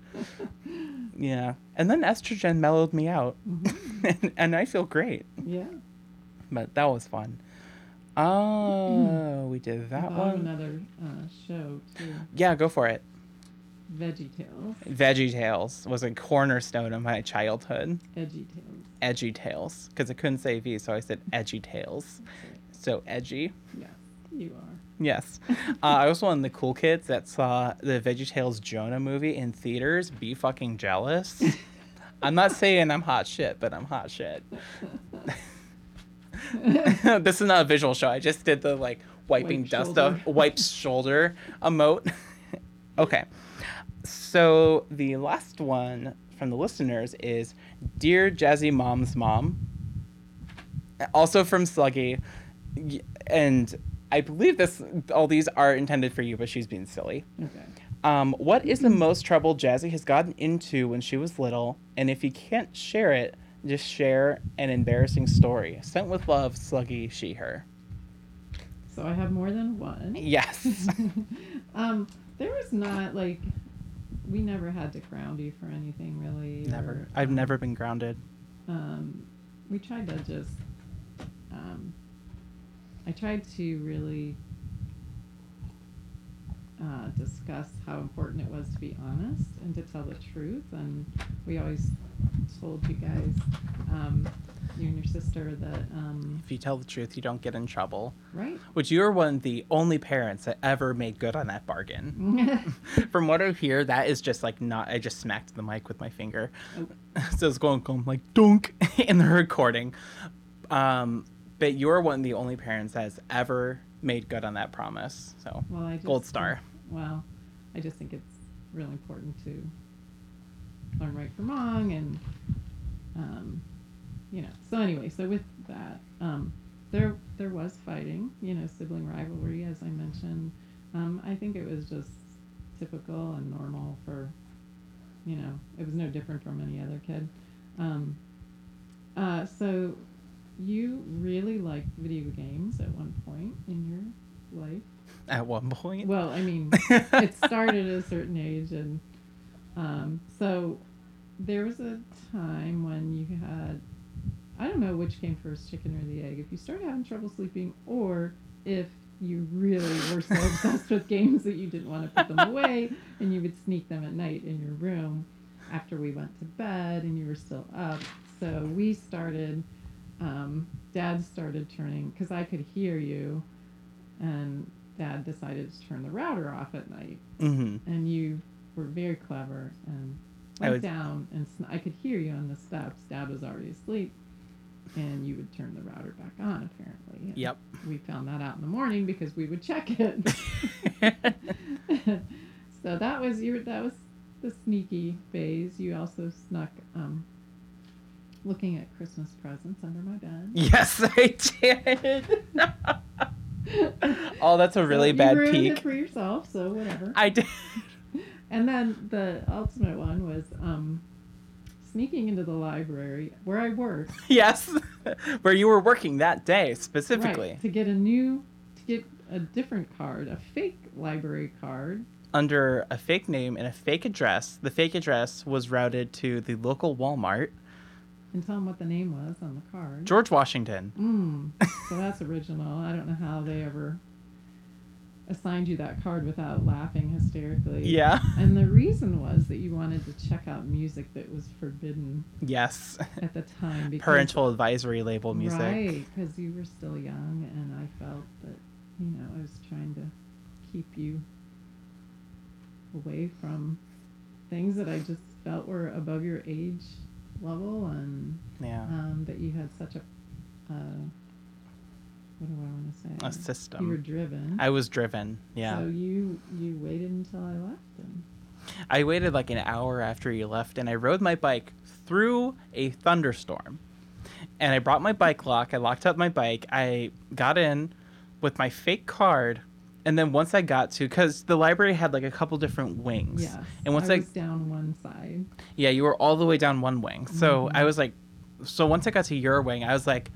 Speaker 3: yeah. And then estrogen mellowed me out. and, and I feel great.
Speaker 4: Yeah.
Speaker 3: But that was fun. Oh, we did that
Speaker 4: Follow
Speaker 3: one.
Speaker 4: another uh, show too.
Speaker 3: Yeah, go for it.
Speaker 4: Veggie Tales,
Speaker 3: Veggie Tales was a cornerstone of my childhood.
Speaker 4: Edgy Tales.
Speaker 3: Edgy Tales. Because I couldn't say V, so I said Edgy Tales. So edgy.
Speaker 4: Yeah, you are.
Speaker 3: Yes. Uh, I was one of the cool kids that saw the VeggieTales Jonah movie in theaters. Be fucking jealous. I'm not saying I'm hot shit, but I'm hot shit. this is not a visual show. I just did the like wiping
Speaker 4: Wipe
Speaker 3: dust
Speaker 4: shoulder.
Speaker 3: off, wipe shoulder emote. okay. So the last one from the listeners is Dear Jazzy Mom's Mom also from Sluggy, Y- and I believe this all these are intended for you, but she's being silly.
Speaker 4: Okay.
Speaker 3: Um, what is the most trouble Jazzy has gotten into when she was little? And if you can't share it, just share an embarrassing story. Sent with love, Sluggy, she, her.
Speaker 4: So I have more than one.
Speaker 3: Yes.
Speaker 4: Um, there was not like we never had to ground you for anything really.
Speaker 3: never.
Speaker 4: or,
Speaker 3: I've
Speaker 4: um,
Speaker 3: never been grounded.
Speaker 4: Um, we tried to just. Um, I tried to really uh, discuss how important it was to be honest and to tell the truth. And we always told you guys, um, you and your sister, that um,
Speaker 3: If you tell the truth, you don't get in trouble.
Speaker 4: right.
Speaker 3: Which you are one of the only parents that ever made good on that bargain. From what I hear, that is just like not. I just smacked the mic with my finger. so it's going going like dunk in the recording. Um, but you're one of the only parents that has ever made good on that promise. So
Speaker 4: Well, I just
Speaker 3: gold star.
Speaker 4: think- well, I just think it's really important to learn right from wrong, and um, you know. So anyway, so with that, um, there there was fighting, you know, sibling rivalry, as I mentioned. Um, I think it was just typical and normal for, you know, it was no different from any other kid. Um, uh, so you really liked video games at one point in your life.
Speaker 3: At one point,
Speaker 4: Well, I mean, it started at a certain age, and um, so there was a time when you had I don't know which came first, chicken or the egg. If you started having trouble sleeping, or if you really were so obsessed with games that you didn't want to put them away, and you would sneak them at night in your room after we went to bed, and you were still up. So we started. Um, Dad started turning because I could hear you, and Dad decided to turn the router off at night
Speaker 3: hmm
Speaker 4: and you were very clever and
Speaker 3: I
Speaker 4: went
Speaker 3: was-
Speaker 4: down and sn- I could hear you on the steps. Dad was already asleep, and you would turn the router back on, apparently. And
Speaker 3: Yep.
Speaker 4: We found that out in the morning because we would check it. so that was your that was the sneaky phase. You also snuck um, looking at Christmas presents under my bed.
Speaker 3: Yes, I did. oh, that's a really
Speaker 4: So you
Speaker 3: bad
Speaker 4: ruined It
Speaker 3: peek.
Speaker 4: for yourself, so whatever.
Speaker 3: I did.
Speaker 4: And then the ultimate one was um, sneaking into the library where I work
Speaker 3: Yes, where you were working that day
Speaker 4: right,
Speaker 3: specifically
Speaker 4: to get a new to get a different card, a fake library card.
Speaker 3: under a fake name and a fake address. The fake address was routed to the local Walmart,
Speaker 4: And tell them what the name was on the card.
Speaker 3: George Washington.
Speaker 4: Mm, so that's original. I don't know how they ever assigned you that card without laughing hysterically.
Speaker 3: Yeah.
Speaker 4: And the reason was that you wanted to check out music that was forbidden
Speaker 3: Yes.
Speaker 4: at the time because
Speaker 3: Parental advisory label music.
Speaker 4: Right, because you were still young, and I felt that you know I was trying to keep you away from things that I just felt were above your age level, and
Speaker 3: Yeah.
Speaker 4: um, that you had such a uh, what do I want to say?
Speaker 3: a
Speaker 4: You were
Speaker 3: system.
Speaker 4: driven.
Speaker 3: I was driven. Yeah.
Speaker 4: So you you waited until I left, and
Speaker 3: I waited like an hour after you left and I rode my bike through a thunderstorm. And I brought my bike lock. I locked up my bike. I got in with my fake card. And then once I got to, because the library had like a couple different wings.
Speaker 4: yes,
Speaker 3: And once
Speaker 4: I
Speaker 3: I,
Speaker 4: was down one side.
Speaker 3: yeah, you were all the way down one wing. So I was like, so once I got to your wing, I was like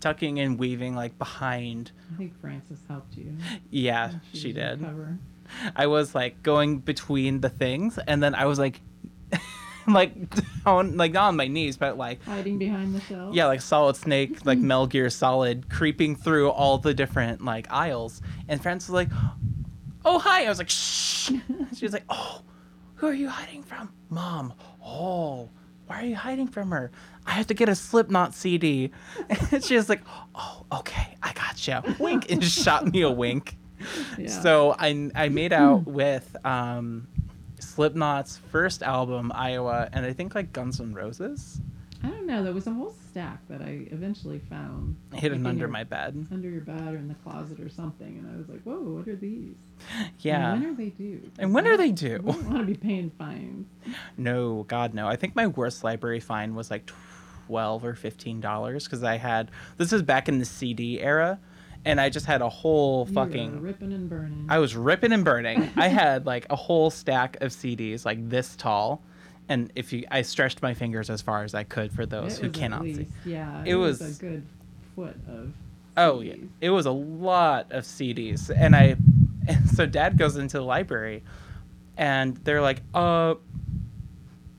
Speaker 3: tucking and weaving like behind.
Speaker 4: I think Frances helped you.
Speaker 3: Yeah,
Speaker 4: Mm-hmm.
Speaker 3: she
Speaker 4: was your
Speaker 3: did.
Speaker 4: Cover.
Speaker 3: I was like going between the things, and then I was like, like on like not on my knees, but like
Speaker 4: Hiding behind the shelf.
Speaker 3: yeah, like Solid Snake, like Metal Gear Solid, creeping through all the different like aisles. And Frances was like, "Oh hi!" I was like, "Shh." She was like, "Oh, who are you hiding from, Mom? Oh, why are you hiding from her? I have to get a Slipknot CD." And she was like, "Oh, okay, I got you." Wink, and shot me a wink.
Speaker 4: Yeah.
Speaker 3: So I I made out with um, Slipknot's first album, Iowa, and I think like Guns N' Roses.
Speaker 4: I don't know. There was a wole stack that I eventually found.
Speaker 3: Hidden
Speaker 4: like, in
Speaker 3: under
Speaker 4: your-
Speaker 3: my bed.
Speaker 4: under your bed or in the closet or something, and I was like, "Whoa, what are these?
Speaker 3: Yeah.
Speaker 4: And when are they due? 'Cause
Speaker 3: And when are
Speaker 4: I-
Speaker 3: they
Speaker 4: I
Speaker 3: due?
Speaker 4: wouldn't want to be paying fines.
Speaker 3: No, God, no. I think my worst library fine was like twelve or fifteen dollars because I had this is back in the CD era, and I just had a whole
Speaker 4: You were
Speaker 3: fucking.
Speaker 4: ripping and burning.
Speaker 3: I was ripping and burning. I had like a whole stack of CDs like this tall, and if you, I stretched my fingers as far as I could for those
Speaker 4: It
Speaker 3: who
Speaker 4: was at
Speaker 3: cannot see.
Speaker 4: least- Yeah,
Speaker 3: It was-
Speaker 4: a good foot of.
Speaker 3: Oh yeah,
Speaker 4: CDs.
Speaker 3: it was a lot of CDs, and I, and so Dad goes into the library, and they're like, "Uh,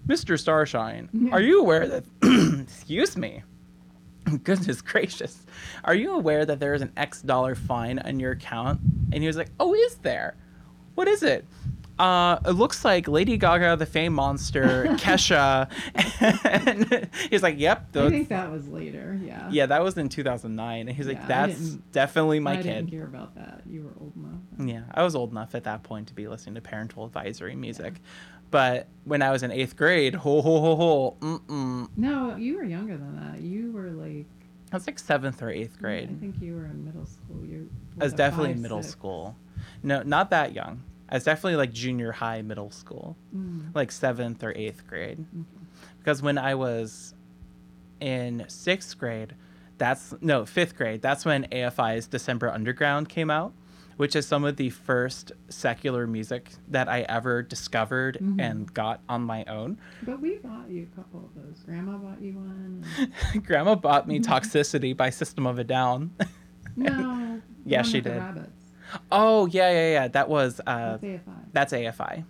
Speaker 3: Mr. Starshine,
Speaker 4: Mm-hmm.
Speaker 3: are you aware that? excuse me, goodness gracious, are you aware that there is an X dollar fine on your account?" And he was like, "Oh, is there? What is it?" Uh, it looks like Lady Gaga, the Fame Monster, Kesha, and he's like, "Yep,
Speaker 4: I
Speaker 3: those-
Speaker 4: think that was later. Yeah.
Speaker 3: yeah, that was in 2009. And he's like,
Speaker 4: Yeah, I
Speaker 3: that's
Speaker 4: didn't-
Speaker 3: definitely my
Speaker 4: I didn't
Speaker 3: kid.
Speaker 4: care about that. You were old enough.
Speaker 3: Yeah, I was old enough at that point to be listening to parental advisory music. But when I was in eighth grade, ho, ho, ho, ho, mm-mm.
Speaker 4: No, you were younger than that. You were like.
Speaker 3: I was like seventh or eighth
Speaker 4: I
Speaker 3: grade.
Speaker 4: think you were in middle school. You.
Speaker 3: I was definitely in middle school. No, not that young. I was definitely like junior high, middle school,
Speaker 4: Mm.
Speaker 3: like seventh or eighth grade. Because when I was in sixth grade, that's no fifth grade. That's when AFI's December Underground came out, which is some of the first secular music that I ever discovered
Speaker 4: Mhm.
Speaker 3: and got on my own.
Speaker 4: But we bought you a couple of those. Grandma bought you one.
Speaker 3: Grandma bought me Toxicity by System of a Down.
Speaker 4: No. the
Speaker 3: Yeah,
Speaker 4: one
Speaker 3: she
Speaker 4: with the
Speaker 3: did.
Speaker 4: rabbits.
Speaker 3: oh yeah, yeah, yeah. That was uh, that's
Speaker 4: That's AFI.
Speaker 3: AFI.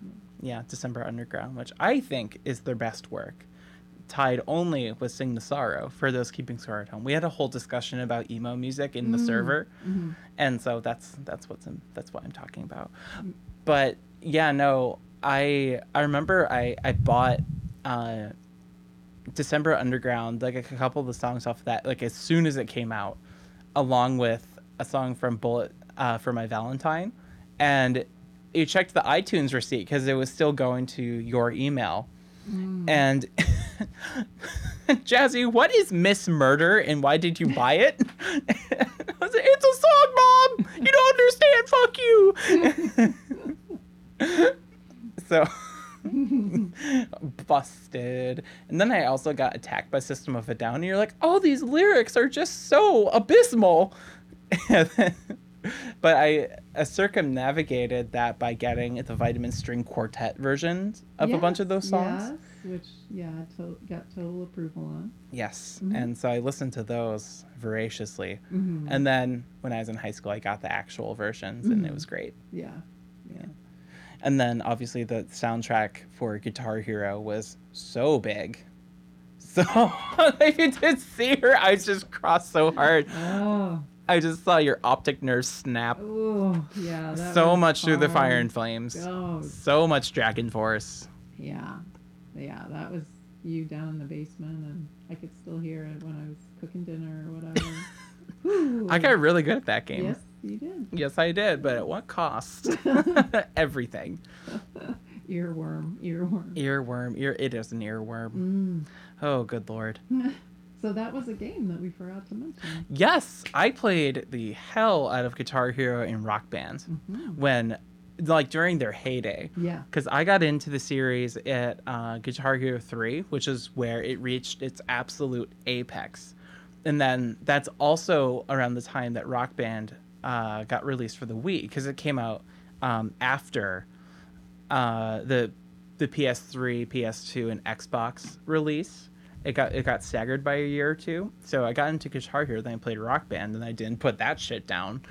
Speaker 3: Yeah, December Underground, which I think is their best work. Tied only with Sing the Sorrow for those keeping score at home. We had a whole discussion about emo music in the
Speaker 4: Mm.
Speaker 3: server.
Speaker 4: Mhm.
Speaker 3: and so that's that's what's in, that's what I'm talking about. But yeah, no, I I remember I I bought uh, December Underground like a couple of the songs off of that like as soon as it came out, along with a song from Bullet uh, for My Valentine, and you checked the iTunes receipt because it was still going to your email, and Jazzy, what is Miss Murder and why did you buy it? I was like, it's a song, Mom! You don't understand, fuck you! so, busted. And then I also got attacked by System of a Down, and you're like, oh, these lyrics are just so abysmal! but I, I circumnavigated that by getting the Vitamin String Quartet versions of a bunch of those songs.
Speaker 4: Yes, which yeah, to- got total approval on.
Speaker 3: Yes.
Speaker 4: Mhm.
Speaker 3: And so I listened to those voraciously.
Speaker 4: Mhm.
Speaker 3: And then when I was in high school, I got the actual versions and it
Speaker 4: Mhm.
Speaker 3: was great.
Speaker 4: yeah, yeah,
Speaker 3: And then obviously the soundtrack for Guitar Hero was so big. So if you did see her, I just crossed so hard.
Speaker 4: oh,
Speaker 3: I just saw your optic nerve snap
Speaker 4: oh, yeah. that
Speaker 3: so
Speaker 4: was
Speaker 3: much through the fire
Speaker 4: fun.
Speaker 3: and flames.
Speaker 4: Oh,
Speaker 3: So much Dragon Force.
Speaker 4: yeah, yeah. That was you down in the basement, and I could still hear it when I was cooking dinner or whatever. Whew.
Speaker 3: I got really good at that game.
Speaker 4: yes, you did.
Speaker 3: yes I did, but at what cost? Everything.
Speaker 4: Earworm, earworm.
Speaker 3: Earworm, ear. It is an earworm.
Speaker 4: Mm.
Speaker 3: Oh, good lord.
Speaker 4: so that was a game that we forgot to mention.
Speaker 3: Yes, I played the hell out of Guitar Hero and Rock Band
Speaker 4: Mhm.
Speaker 3: when, like, during their heyday.
Speaker 4: Yeah.
Speaker 3: Because I got into the series at uh, Guitar Hero 3, which is where it reached its absolute apex. And then that's also around the time that Rock Band uh, got released for the Wii, because it came out um, after uh, the the PS3, PS2, and Xbox release. It got it got staggered by a year or two. So I got into Guitar Hero, then I played Rock Band, and I didn't put that shit down.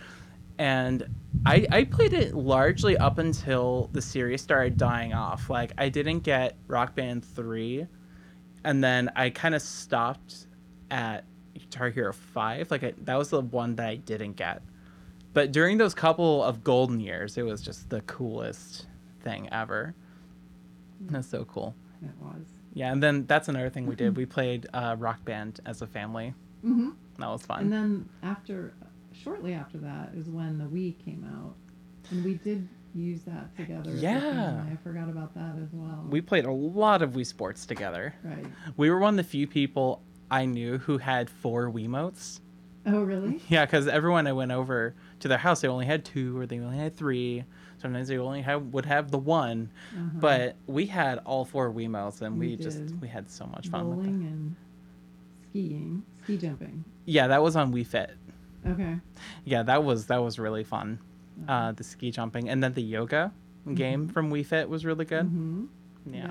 Speaker 3: And I I played it largely up until the series started dying off. Like I didn't get Rock Band three, and then I kind of stopped at Guitar Hero five. Like I, that was the one that I didn't get. But during those couple of golden years, it was just the coolest thing ever. That's so cool.
Speaker 4: That was.
Speaker 3: Yeah, and then that's another thing we did. We played uh, Rock Band as a family.
Speaker 4: Mm-hmm.
Speaker 3: That was fun.
Speaker 4: And then after, shortly after that, is when the Wii came out, and we did use that together. as a
Speaker 3: Yeah.
Speaker 4: family. I forgot about that as well.
Speaker 3: we played a lot of Wii Sports together.
Speaker 4: right.
Speaker 3: We were one of the few people I knew who had four Wiimotes.
Speaker 4: Oh really?
Speaker 3: Yeah, because everyone I went over to their house, they only had two or they only had three. Sometimes they only have, would have the one.
Speaker 4: Uh-huh.
Speaker 3: But we had all four Wiimotes and we,
Speaker 4: We
Speaker 3: just,
Speaker 4: did.
Speaker 3: we had so much fun with them.
Speaker 4: bowling and skiing, ski jumping.
Speaker 3: Yeah, that was on Wii Fit.
Speaker 4: Okay.
Speaker 3: yeah that was that was really fun uh the ski jumping and then the yoga game from wii fit was really good
Speaker 4: Mm-hmm.
Speaker 3: yeah.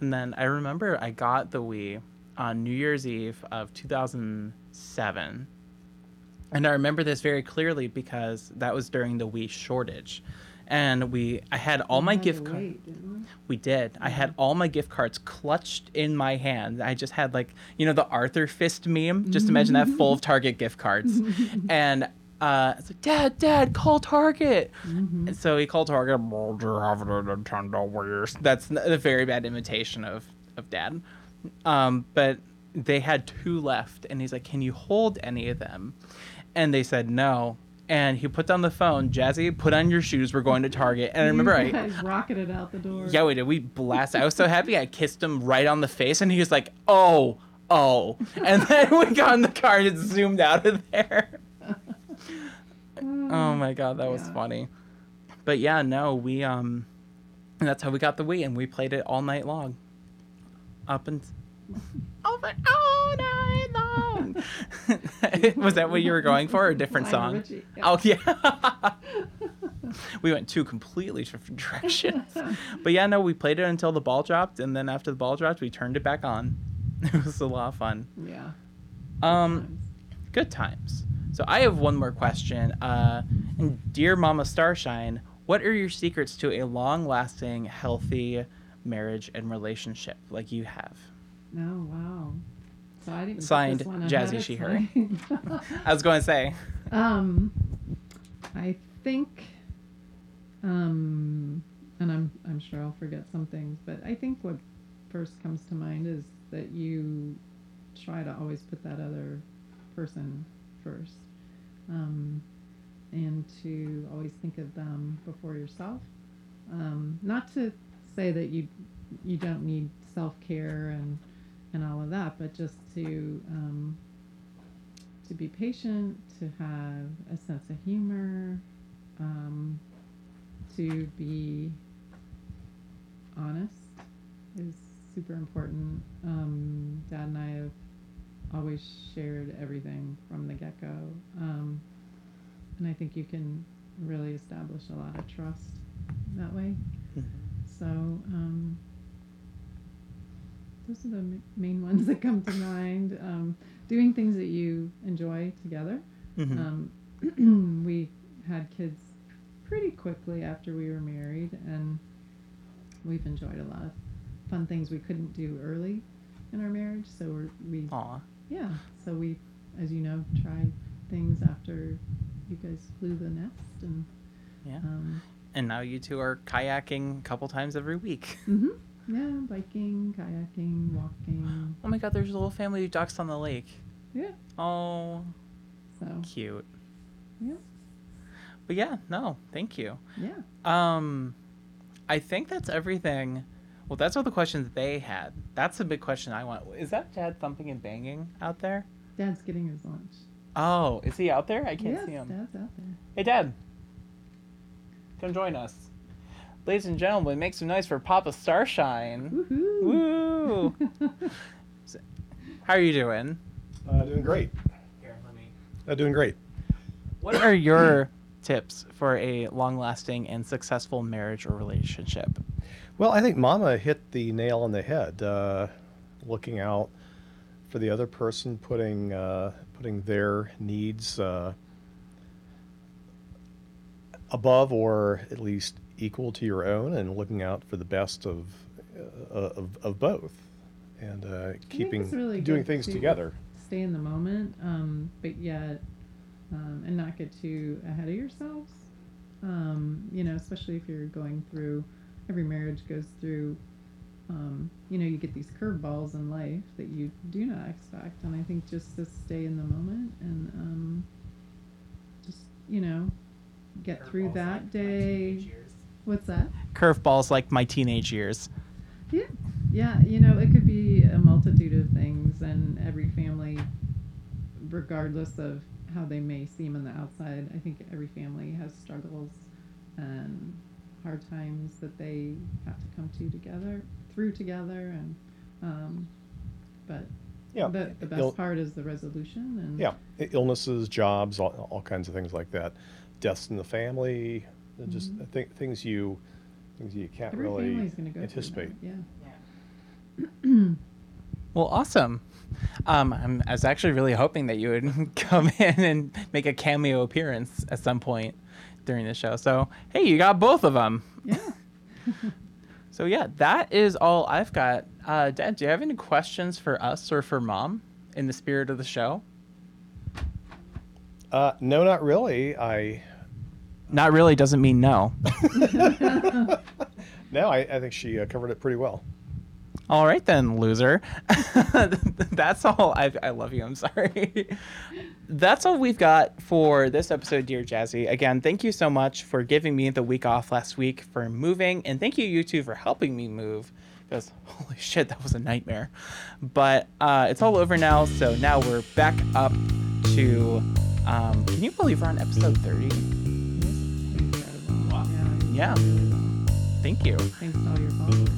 Speaker 3: and then i remember i got the wii on new year's eve of 2007 and i remember this very clearly because that was during the wii shortage and we i had all my gift cards
Speaker 4: Wait, didn't we?
Speaker 3: we did. I had all my gift cards clutched in my hand. I just had like, you know, the Arthur fist meme. Just imagine that full of Target gift cards. and uh, it's like, Dad, Dad, call Target. And so he called Target. "Well, do you have the Nintendo Wii?" That's n- a very bad imitation of of Dad. Um, but they had two left, and he's like, "Can you hold any of them?" And they said no. And he put down the phone. Jazzy, put on your shoes. We're going to Target. And I remember
Speaker 4: You
Speaker 3: I,
Speaker 4: guys rocketed out the door.
Speaker 3: yeah, we did. We blasted. I was so happy. I kissed him right on the face, and he was like, "Oh, oh," and then we got in the car and it zoomed out of there. Oh my god, that was
Speaker 4: Yeah.
Speaker 3: funny. But yeah, no, we um, and that's how we got the Wii, and we played it all night long, up and up and all night long. was that what you were going for? Or a different
Speaker 4: Lionel
Speaker 3: song?
Speaker 4: Richie.
Speaker 3: Oh yeah. we went two completely different directions. but yeah, no, we played it until the ball dropped, and then after the ball dropped, we turned it back on. It was a lot of fun.
Speaker 4: Yeah.
Speaker 3: Um, good times. So I have one more question. Uh, and dear Mama Starshine, what are your secrets to a long-lasting, healthy marriage and relationship like you have?
Speaker 4: No. Wow. So I didn't. put
Speaker 3: Signed,
Speaker 4: this one ahead.
Speaker 3: Jazzy
Speaker 4: It's
Speaker 3: Sheehan.
Speaker 4: like-
Speaker 3: I was going to say,
Speaker 4: Um, I think, um, and I'm I'm sure I'll forget some things, but I think what first comes to mind is that you try to always put that other person first, um, and to always think of them before yourself. Um, not to say that you you don't need self care and and all of that, but just to um, to be patient, to have a sense of humor, um, to be honest is super important. Um, Dad and I have always shared everything from the get go, um, and I think you can really establish a lot of trust that way. So. Um, those are the ma- main ones that come to mind. Um, doing things that you enjoy together.
Speaker 3: Mhm.
Speaker 4: Um, we had kids pretty quickly after we were married, and we've enjoyed a lot of fun things we couldn't do early in our marriage. So we're, we,
Speaker 3: Aw.
Speaker 4: yeah, so we, as you know, tried things after you guys flew the nest, and
Speaker 3: Yeah.
Speaker 4: um,
Speaker 3: And now you two are kayaking a couple times every week.
Speaker 4: hmm
Speaker 3: Mm-hmm.
Speaker 4: yeah, biking, kayaking, walking,
Speaker 3: Oh my god, there's little family of ducks on the lake.
Speaker 4: yeah.
Speaker 3: Oh,
Speaker 4: So
Speaker 3: cute.
Speaker 4: yeah,
Speaker 3: But yeah, no, thank you.
Speaker 4: yeah.
Speaker 3: Um, I think that's everything. Well, that's all the questions they had. That's a big question I want. Is that Dad thumping and banging out there?
Speaker 4: Dad's getting his lunch.
Speaker 3: Oh, is he out there? I can't
Speaker 4: yes,
Speaker 3: see him.
Speaker 4: Dad's out there.
Speaker 3: Hey, Dad. Come join us. Ladies and gentlemen, make some noise for Papa Starshine.
Speaker 4: Woohoo!
Speaker 3: Woo! How are you doing?
Speaker 1: Uh, doing great.
Speaker 3: Here, let me.
Speaker 1: Uh, doing great.
Speaker 3: What are your tips for a long lasting and successful marriage or relationship?
Speaker 1: Well, I think Mama hit the nail on the head. Uh, looking out for the other person, putting uh, putting their needs uh, above or at least equal to your own, and looking out for the best of uh, of, of both, and uh, keeping
Speaker 4: it's really
Speaker 1: doing
Speaker 4: good
Speaker 1: things
Speaker 4: to-
Speaker 1: together.
Speaker 4: Stay in the moment, um, but yet, um, and not get too ahead of yourselves. Um, you know, especially if you're going through, every marriage goes through, um, you know, you get these curveballs in life that you do not expect. And I think just to stay in the moment and um, just, you know, get through that day. What's that?
Speaker 3: Curveballs like my teenage years.
Speaker 4: Yeah, yeah. You know, it could be a multitude of things, and every family, regardless of how they may seem on the outside, I think every family has struggles and hard times that they have to come to together, through together, and um, but
Speaker 1: Yeah.
Speaker 4: the, the best
Speaker 1: You'll-
Speaker 4: part is the resolution and
Speaker 1: Yeah, i- illnesses, jobs, all, all kinds of things like that, deaths in the family, uh, just
Speaker 4: Mhm.
Speaker 1: th- things you things you can't
Speaker 4: every
Speaker 1: really
Speaker 4: family's going to go
Speaker 1: anticipate.
Speaker 4: Through that. Yeah.
Speaker 3: Well, awesome. Um, I'm, I was actually really hoping that you would come in and make a cameo appearance at some point during the show. So, hey, you got both of them.
Speaker 4: Yeah.
Speaker 3: So, yeah, that is all I've got. Uh, Dad, do you have any questions for us or for Mom in the spirit of the show?
Speaker 1: Uh, no, not really. I
Speaker 3: Not really doesn't mean no.
Speaker 1: no, I, I think she uh, covered it pretty well.
Speaker 3: All right then, loser. That's all. I, I love you. I'm sorry. That's all we've got for this episode, dear Jazzy. Again, thank you so much for giving me the week off last week for moving, and thank you you two for helping me move. Because holy shit, that was a nightmare. But uh, it's all over now, so now we're back up to. Um, can you believe we're on episode 30?
Speaker 4: Incredible.
Speaker 3: Yeah.
Speaker 4: Yeah. you did really well.
Speaker 3: Thank you.
Speaker 4: Thanks to all your followers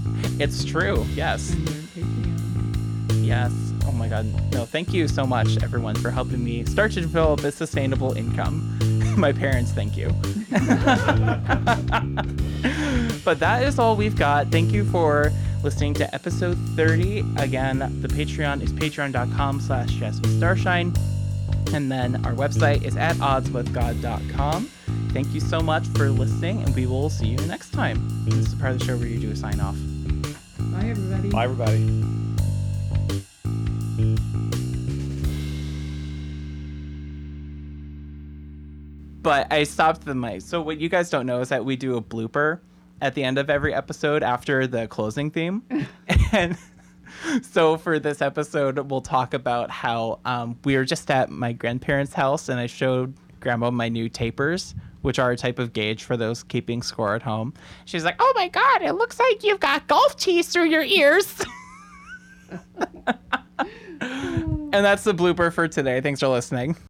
Speaker 3: It's true. Yes.
Speaker 4: and your Patreon.
Speaker 3: Yes. Oh my God. No, thank you so much, everyone, for helping me start to develop a sustainable income. my parents, thank you. but that is all we've got. Thank you for listening to episode 30. Again, the Patreon is patreon.com slash Jasmine Starshine. And then our website is at oddswithgod.com. Thank you so much for listening, and we will see you next time. This is the part of the show where you do a sign off.
Speaker 4: Bye, everybody.
Speaker 1: Bye, everybody.
Speaker 3: but I stopped the mic. So what you guys don't know is that we do a blooper at the end of every episode after the closing theme, and so for this episode, we'll talk about how um, we were just at my grandparents' house and I showed grandma my new tapers. Which are a type of gauge for those keeping score at home. She's like, "Oh my God! It looks like you've got golf cheese through your ears." and that's the blooper for today. Thanks for listening.